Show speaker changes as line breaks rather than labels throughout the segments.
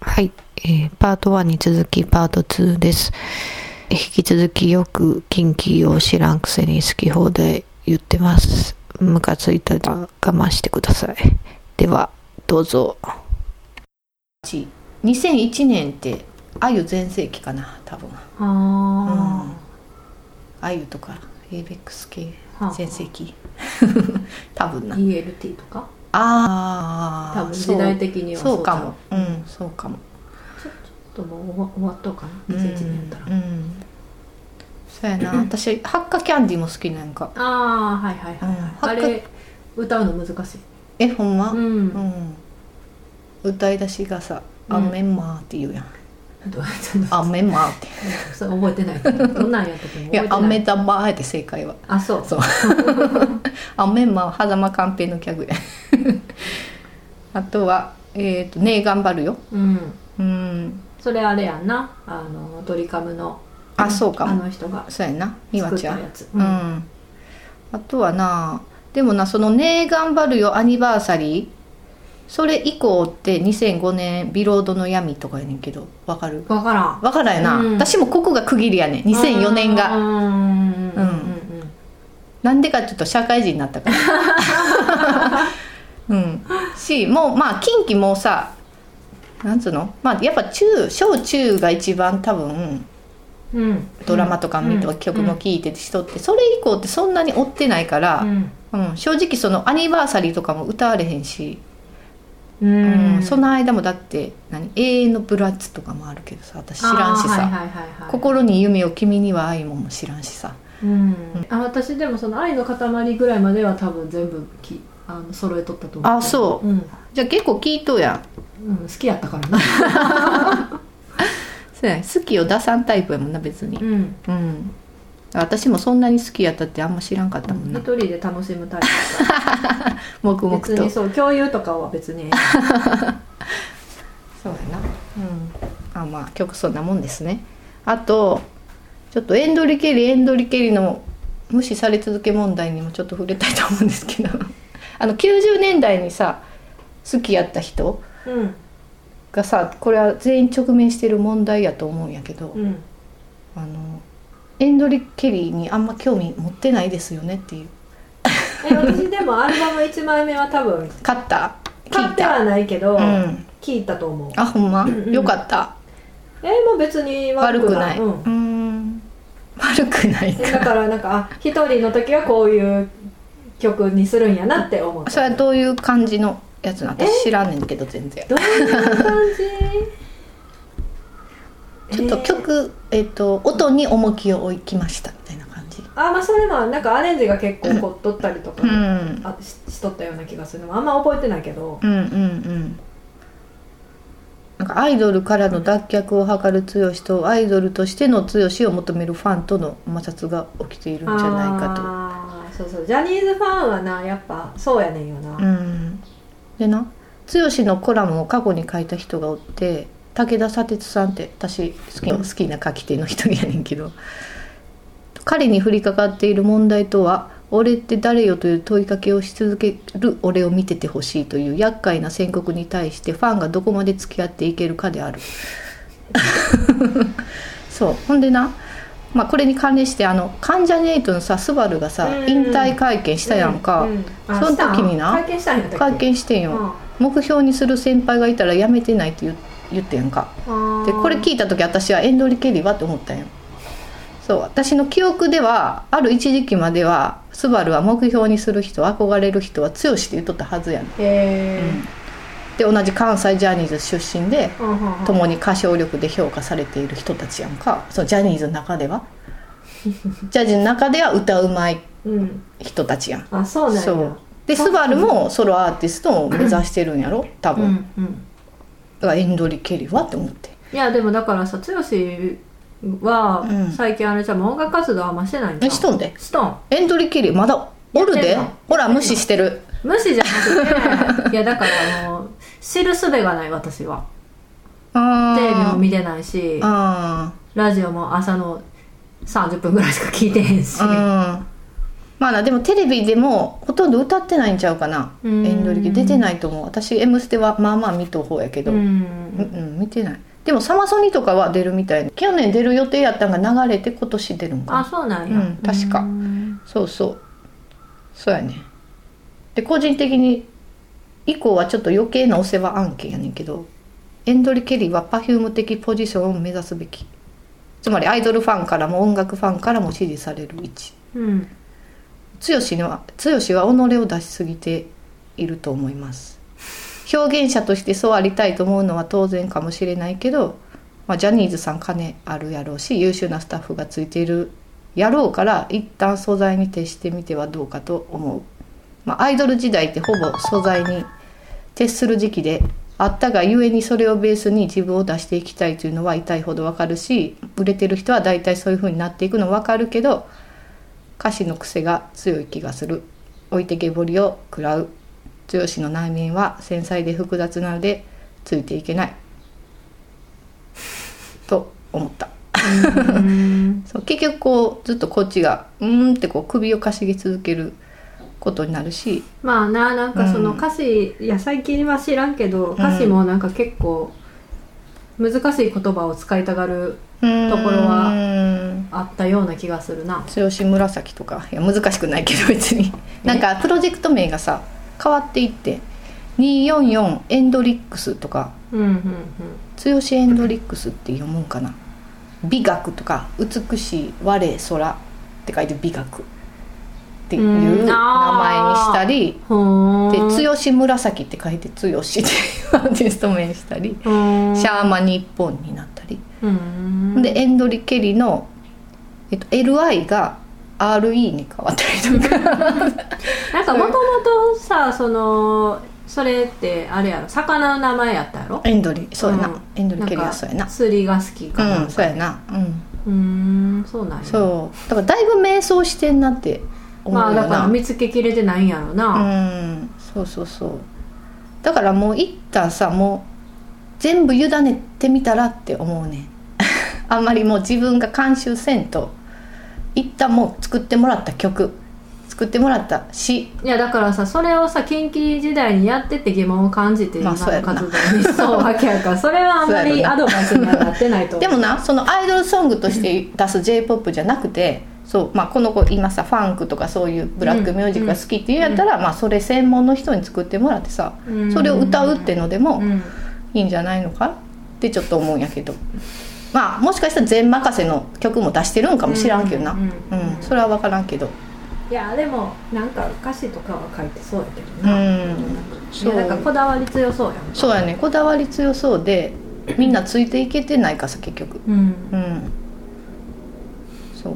はい、えー、パート1に続きパート2です。引き続きよく近畿を知らんくせに好き放題言ってます。ムカついたら我慢してください。では、どうぞ。
2001年って鮎全盛期かな多分ああ鮎、うん、とかエイベックス系全盛期 多分な
ELT とか
あ
あ多分時代的には
そうかもうんそうかも
ちょっともう終わったかな2001年やったらうん、うん、
そう やな私ハッカキャンディも好きなんか
ああはいはいはい、はいうん、あれ歌うの難しい
えほんまうん、うん歌い出しがさ「あ、うん、メンマー」って言うやん「あメンマー」って
それ覚えてないどんなんやったっ
けいや「あめたまー」って正解は
あそう
そう「あメンマー」はざまかんぺいのギャグやあとは「えーと、とねえ頑張るよ」
うん、うん、それあれやんなあのドリカムの
あそうか
あの人が
そうやな美和ちゃん、うん、うん、あとはなでもなその「ねえ頑張るよ」アニバーサリーそれ以降って2005年「ビロードの闇」とかやねんけどわかる
わからん
わからんやな、うん、私もここが区切りやねん2004年がうんなんでかちょっと社会人になったから うんしもうまあ近畿もさなんつうのまあやっぱ中小中が一番多分、うん、ドラマとか見とか曲も聴いてる人って、それ以降ってそんなに追ってないから、うん、うん、正直そのアニバーサリーとかも歌われへんしうん、うん、その間もだって何永遠のブラッツとかもあるけどさ私知らんしさ、心に夢を君には愛もも知らんしさ、
うん、うん、あ私でもその愛の塊ぐらいまでは多分全部きあの揃えとったと思
うあそう、うん、じゃあ結構聞いとうや
ん、うん、好きやったからな
そうや好きを出さんタイプやもんな別にうん、うん私もそんなに好きやったってあんま知らんかったもんね
一人で楽しむタイ
プ黙々と
そう共有とかは別に
そうやな、うん、あまあ曲そんなもんですねあとちょっとエンドリケリエンドリケリの無視され続け問題にもちょっと触れたいと思うんですけど あの90年代にさ好きやった人、うん、がさこれは全員直面してる問題やと思うんやけど、うん、あのエンドリケリーにあんま興味持ってないですよねっていう
え私でもアルバム1枚目は多分
買った
買ってはないけど、うん、聞いたと思う
あほんま、うんうん、よかった
えー、もう別に
悪くないうん悪くない
だからなんかあ一人の時はこういう曲にするんやなって思う
それはどういう感じのやつな私知らんねんけど全然
どういう感じ
ちょっと曲、えー、えーと音に重きを置きましたみたいな感じ
あまあそれもなんかアレンジが結構こっとったりとか、うん、あししとったような気がするのあんま覚えてないけど
うんうんうんなんかアイドルからの脱却を図る剛とアイドルとしての剛を求めるファンとの摩擦が起きているんじゃないかと
あそうそうジャニーズファンはなやっぱそうやねんよな
うんでな剛のコラムを過去に書いた人がおって武田砂鉄さんって私好き好きな書き手の一人やねんけど彼に降りかかっている問題とは「俺って誰よ?」という問いかけをし続ける俺を見ててほしいという厄介な宣告に対してファンがどこまで付き合っていけるかである そうほんでな、まあ、これに関連してあの関ジャニエイトのさスバルがさ引退会見したやんか、その時にな
会見したんや
会見してんよ、うん、目標にする先輩がいたらやめてないって言って。言ってんかでこれ聞いた時私はエンドリケリーはって思ったんよそう私の記憶ではある一時期まではスバルは目標にする人憧れる人は強しって言っとったはずやね、
え
ー、うん、で同じ関西ジャニーズ出身で、うん、共に歌唱力で評価されている人たちやんかそのジャニーズの中では ジャニーズの中では歌うまい人たちやん、
うん、あそうなんやそう
でスバルもソロアーティストを目指してるんやろ多分、うん、うんがエンドリケリはって思って
いやでもだからさ剛は最近あれじゃ音楽活動あんましてないん
じゃんしとんで
しとん
エンドリケリまだおるでほら無視してる
無視じゃな くていやだからあの知るすべがない私はテレビも見てないしラジオも朝の30分ぐらいしか聞いてへんし
ままあなでもテレビでもほとんど歌ってないんちゃうかなエ
うん
ンドリキ出てないと思う私「M ステ」はまあまあ見とう方やけど、
う
うん
ん
うん見てないでもサマソニとかは出るみたい去年出る予定やったんが流れて今年出るんかな
あそうなんや、
うん確か
うん
そうそうそうやねで個人的に以降はちょっと余計なお世話案件やねんけどエンドリ・ケリーは Perfume 的ポジションを目指すべきつまりアイドルファンからも音楽ファンからも支持される位置
うん
剛には剛は己を出しすぎていると思います表現者としてそうありたいと思うのは当然かもしれないけど、まあ、ジャニーズさん金あるやろうし優秀なスタッフがついているやろうから一旦素材に徹してみてはどうかと思う、まあ、アイドル時代ってほぼ素材に徹する時期であったがゆえにそれをベースに自分を出していきたいというのは痛いほどわかるし売れてる人は大体そういう風になっていくのわかるけど歌詞の癖が強い気がする置いてけぼりを食らう剛の内面は繊細で複雑なのでついていけないと思ったそう結局こうずっとこっちがうーんってこう首をかしげ続けることになるし
まあななんかその
うん
歌詞、いや最近は知らんけど歌詞もなんか結構難しい言葉を使いたがる
ところ
ところは
は
あったような気がするな
剛紫とかいや難しくないけど別になんかプロジェクト名がさ変わっていって244エンドリックスとか
うんうん
剛エンドリックスって読むんかな美学とか美しい我空って書いて美学っていう
う
名前に
ん
したり
うん
で
ほーん
剛紫って書いて剛っていうアーティスト名にしたり
ほーん
シャーマ日本になったり
うん
でエンドリ・ケリの、えっと、LI が RE に変わったりとか
なんかもともとさそのそれってあれやろ魚の名前やったやろ
エンドリそうやな、
うん
エンドリ・ケリ
なん
は
か
そうやな
釣りが好きかな
うんそうやなうん
うーんそうなんや
そうだからだいぶ迷走してんなって思うよ
まあ
な、
だから見つけきれてないんやろな、
うんそうそうそうだからもう一旦さもう全部委ねてみたらって思うね んあんまりもう自分が監修せんと一旦もう作ってもらった曲作ってもらった詩
いやだからさそれをさ近畿時代にやってて疑問を感じて
ま
今
あ
の
そうやろ
活
な
動にそうわけやからそれはあん ま
そう
り
や
ア
ろ
ドバイスにはなってないと思
で
う
もなそのアイドルソングとして出す j p o p じゃなくてそう、まあ、この子今さファンクとかそういうブラックミュージックが好きっていうんやったら、まあ、それ専門の人に作ってもらってさ、
うん
それを歌うってのでも
うん
いいんじゃないのかってちょっと思うんやけどまあもしかしたら全任せの曲も出してるんかもしらんけどな
う
うんん、
うんうん
それは分からんけど
いやでもなんか歌詞とかは書いてそうやけ
う
どな、
ん
いやなんかこだわり強そうやん
そうやねこだわり強そうでみんなついていけてないかさ結局
うん
うんそう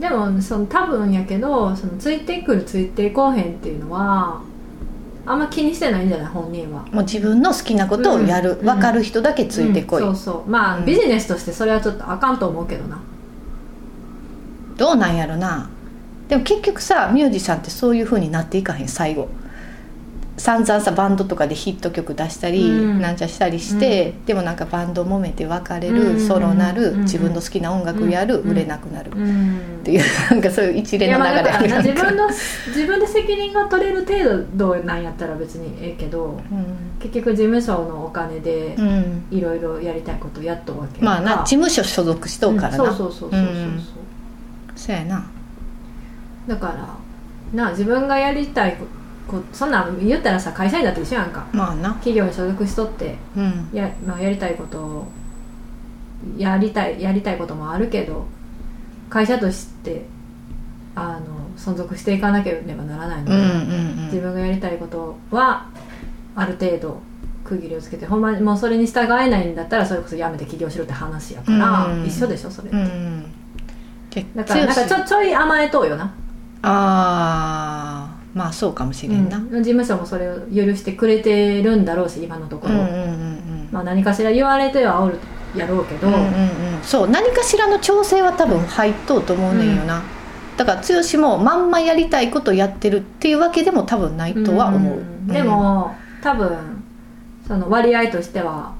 でもその多分やけどそのついてくるついていこうへんっていうのはあんま気にしてないんじゃない本人は
もう自分の好きなことをやる、
うん
分かる人だけついてこい、
うんそうそうまあ、
うん
ビジネスとしてそれはちょっとあかんと思うけどな
どうなんやろなでも結局さミュージシャンってそういう風になっていかへん最後散々さバンドとかでヒット曲出したり、
うん
なんちゃしたりして、でもなんかバンド揉めて別れ
うんうんう
る、
ん
ソロなる、
うんうん
自分の好きな音楽やる、
うん
売れなくなるっ
うん
ていうなんかそういう一連の流れ
いやまあだか
なん
らな
か
自分の自分で責任が取れる程度なんやったら別にええけど
うん、
結局事務所のお金で
うん
いろいろやりたいことやっとうわけや
まあな
から
事務所所属しとうからな、
うんそうそうそうそうそうそ
う
う、
んそうやな
だからな自分がやりたいここそんなん言ったらさ会社員だって一緒やんか
まあな
企業に所属しとって
うん
や,、まあ、やりたいことをやりたいやりたいこともあるけど会社としてあの存続していかなければならないの
う
で、
んうんう
自
ん
分がやりたいことはある程度区切りをつけてほんまにもうそれに従えないんだったらそれこそやめて起業しろって話やから、
うん
一緒でしょそれ、
うん結
だからなんかちょちょい甘えとうよな、
ああまあそうかもしれんな、
うん事務所もそれを許してくれてるんだろうし今のところ、まあ、何かしら言われてはおるやろうけど、
うんうんうんそう何かしらの調整は多分入っとうと思うねんよな、だから剛もまんまやりたいことやってるっていうわけでも多分ないとは思う、
んでも多分その割合としては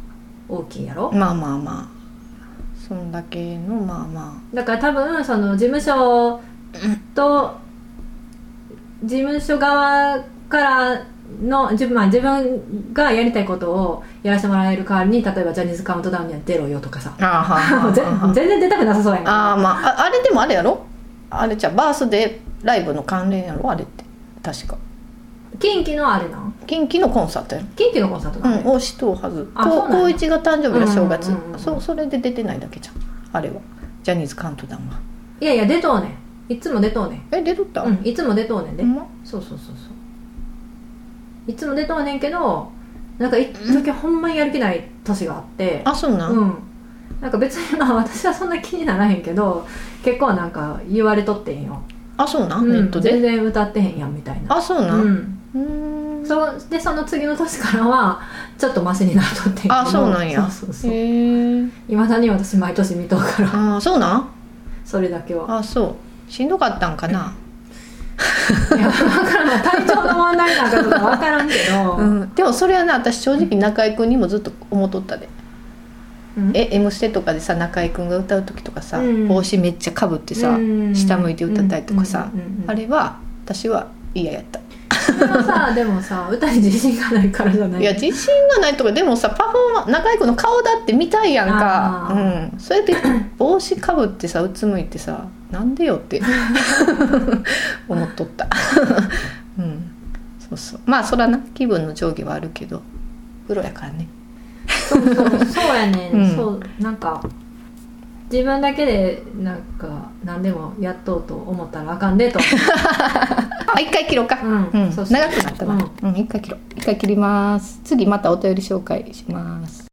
大きいやろ、
うんまあまあまあそんだけのまあま
だから多分その事務所と事務所側からの自分,、まあ、自分がやりたいことをやらせてもらえる代わりに例えばジャニーズカウントダウンには出ろよとかさ
ああはあはあ
もう ぜ
はあ
全然出たくなさそうやん
ああまあああれでもあれやろあれじゃうバースデーライブの関連やろあれって確か
近畿のあれなん
近畿のコンサートやろ
近畿のコンサートな
うん、をしとうはず
あそうなんや
高一が誕生日が正月、
うんうんうんうん
そうそれで出てないだけじゃんあれはジャニーズカウントダウンはい
やいや出とうねんいつも出とうねん
え出るった、
うんいつも出とうねんで
ほんま
そうそうそうそういつも出とうねんけどなんか一時ほんまにやる気ない年があって
あそうなん、
うんなんか別にまあ私はそんな気にならへんけど結構なんか言われとってんよ、
あそうな、
うん
ネッ
ん、
トで
全然歌ってへんやんみたいな
あそうな
うんん
うん
そうでその次の年からはちょっとマシになっとってんけど
あそうなんや
そうそうそう
へえ
いまだに私毎年見とうから
あそうなん
それだけは
あそうしんどかったんかない
や分からない体調の問題なんかとか分からんけど、
うん、でもそれはな私正直中居君にもずっと思っとったで「
うん
え M ステ」とかでさ中居君が歌う時とかさ、
うん
帽子めっちゃかぶってさ、
うん
下向いて歌ったりとかさ
うんうんうんうん
あれは私は嫌やった、
それはさでもさ歌に自信がないからじゃない
いや自信がないとかでもさパフォーマー中居君の顔だって見たいやんか
あ、ー
うん、それ で帽子かぶってさうつむいてさなんでよって 思っとった、 うん、そうそうまあそらな気分の上下はあるけどプロやからね
そうそうそうやね、
うん
ん、そうなんか自分だけでなんか何でもやっとうと思ったらあかんで と、
あ一回切ろうか、
うん
うん
そうそう
長くなったな、うん一回切ろう一回切ります次またお便り紹介します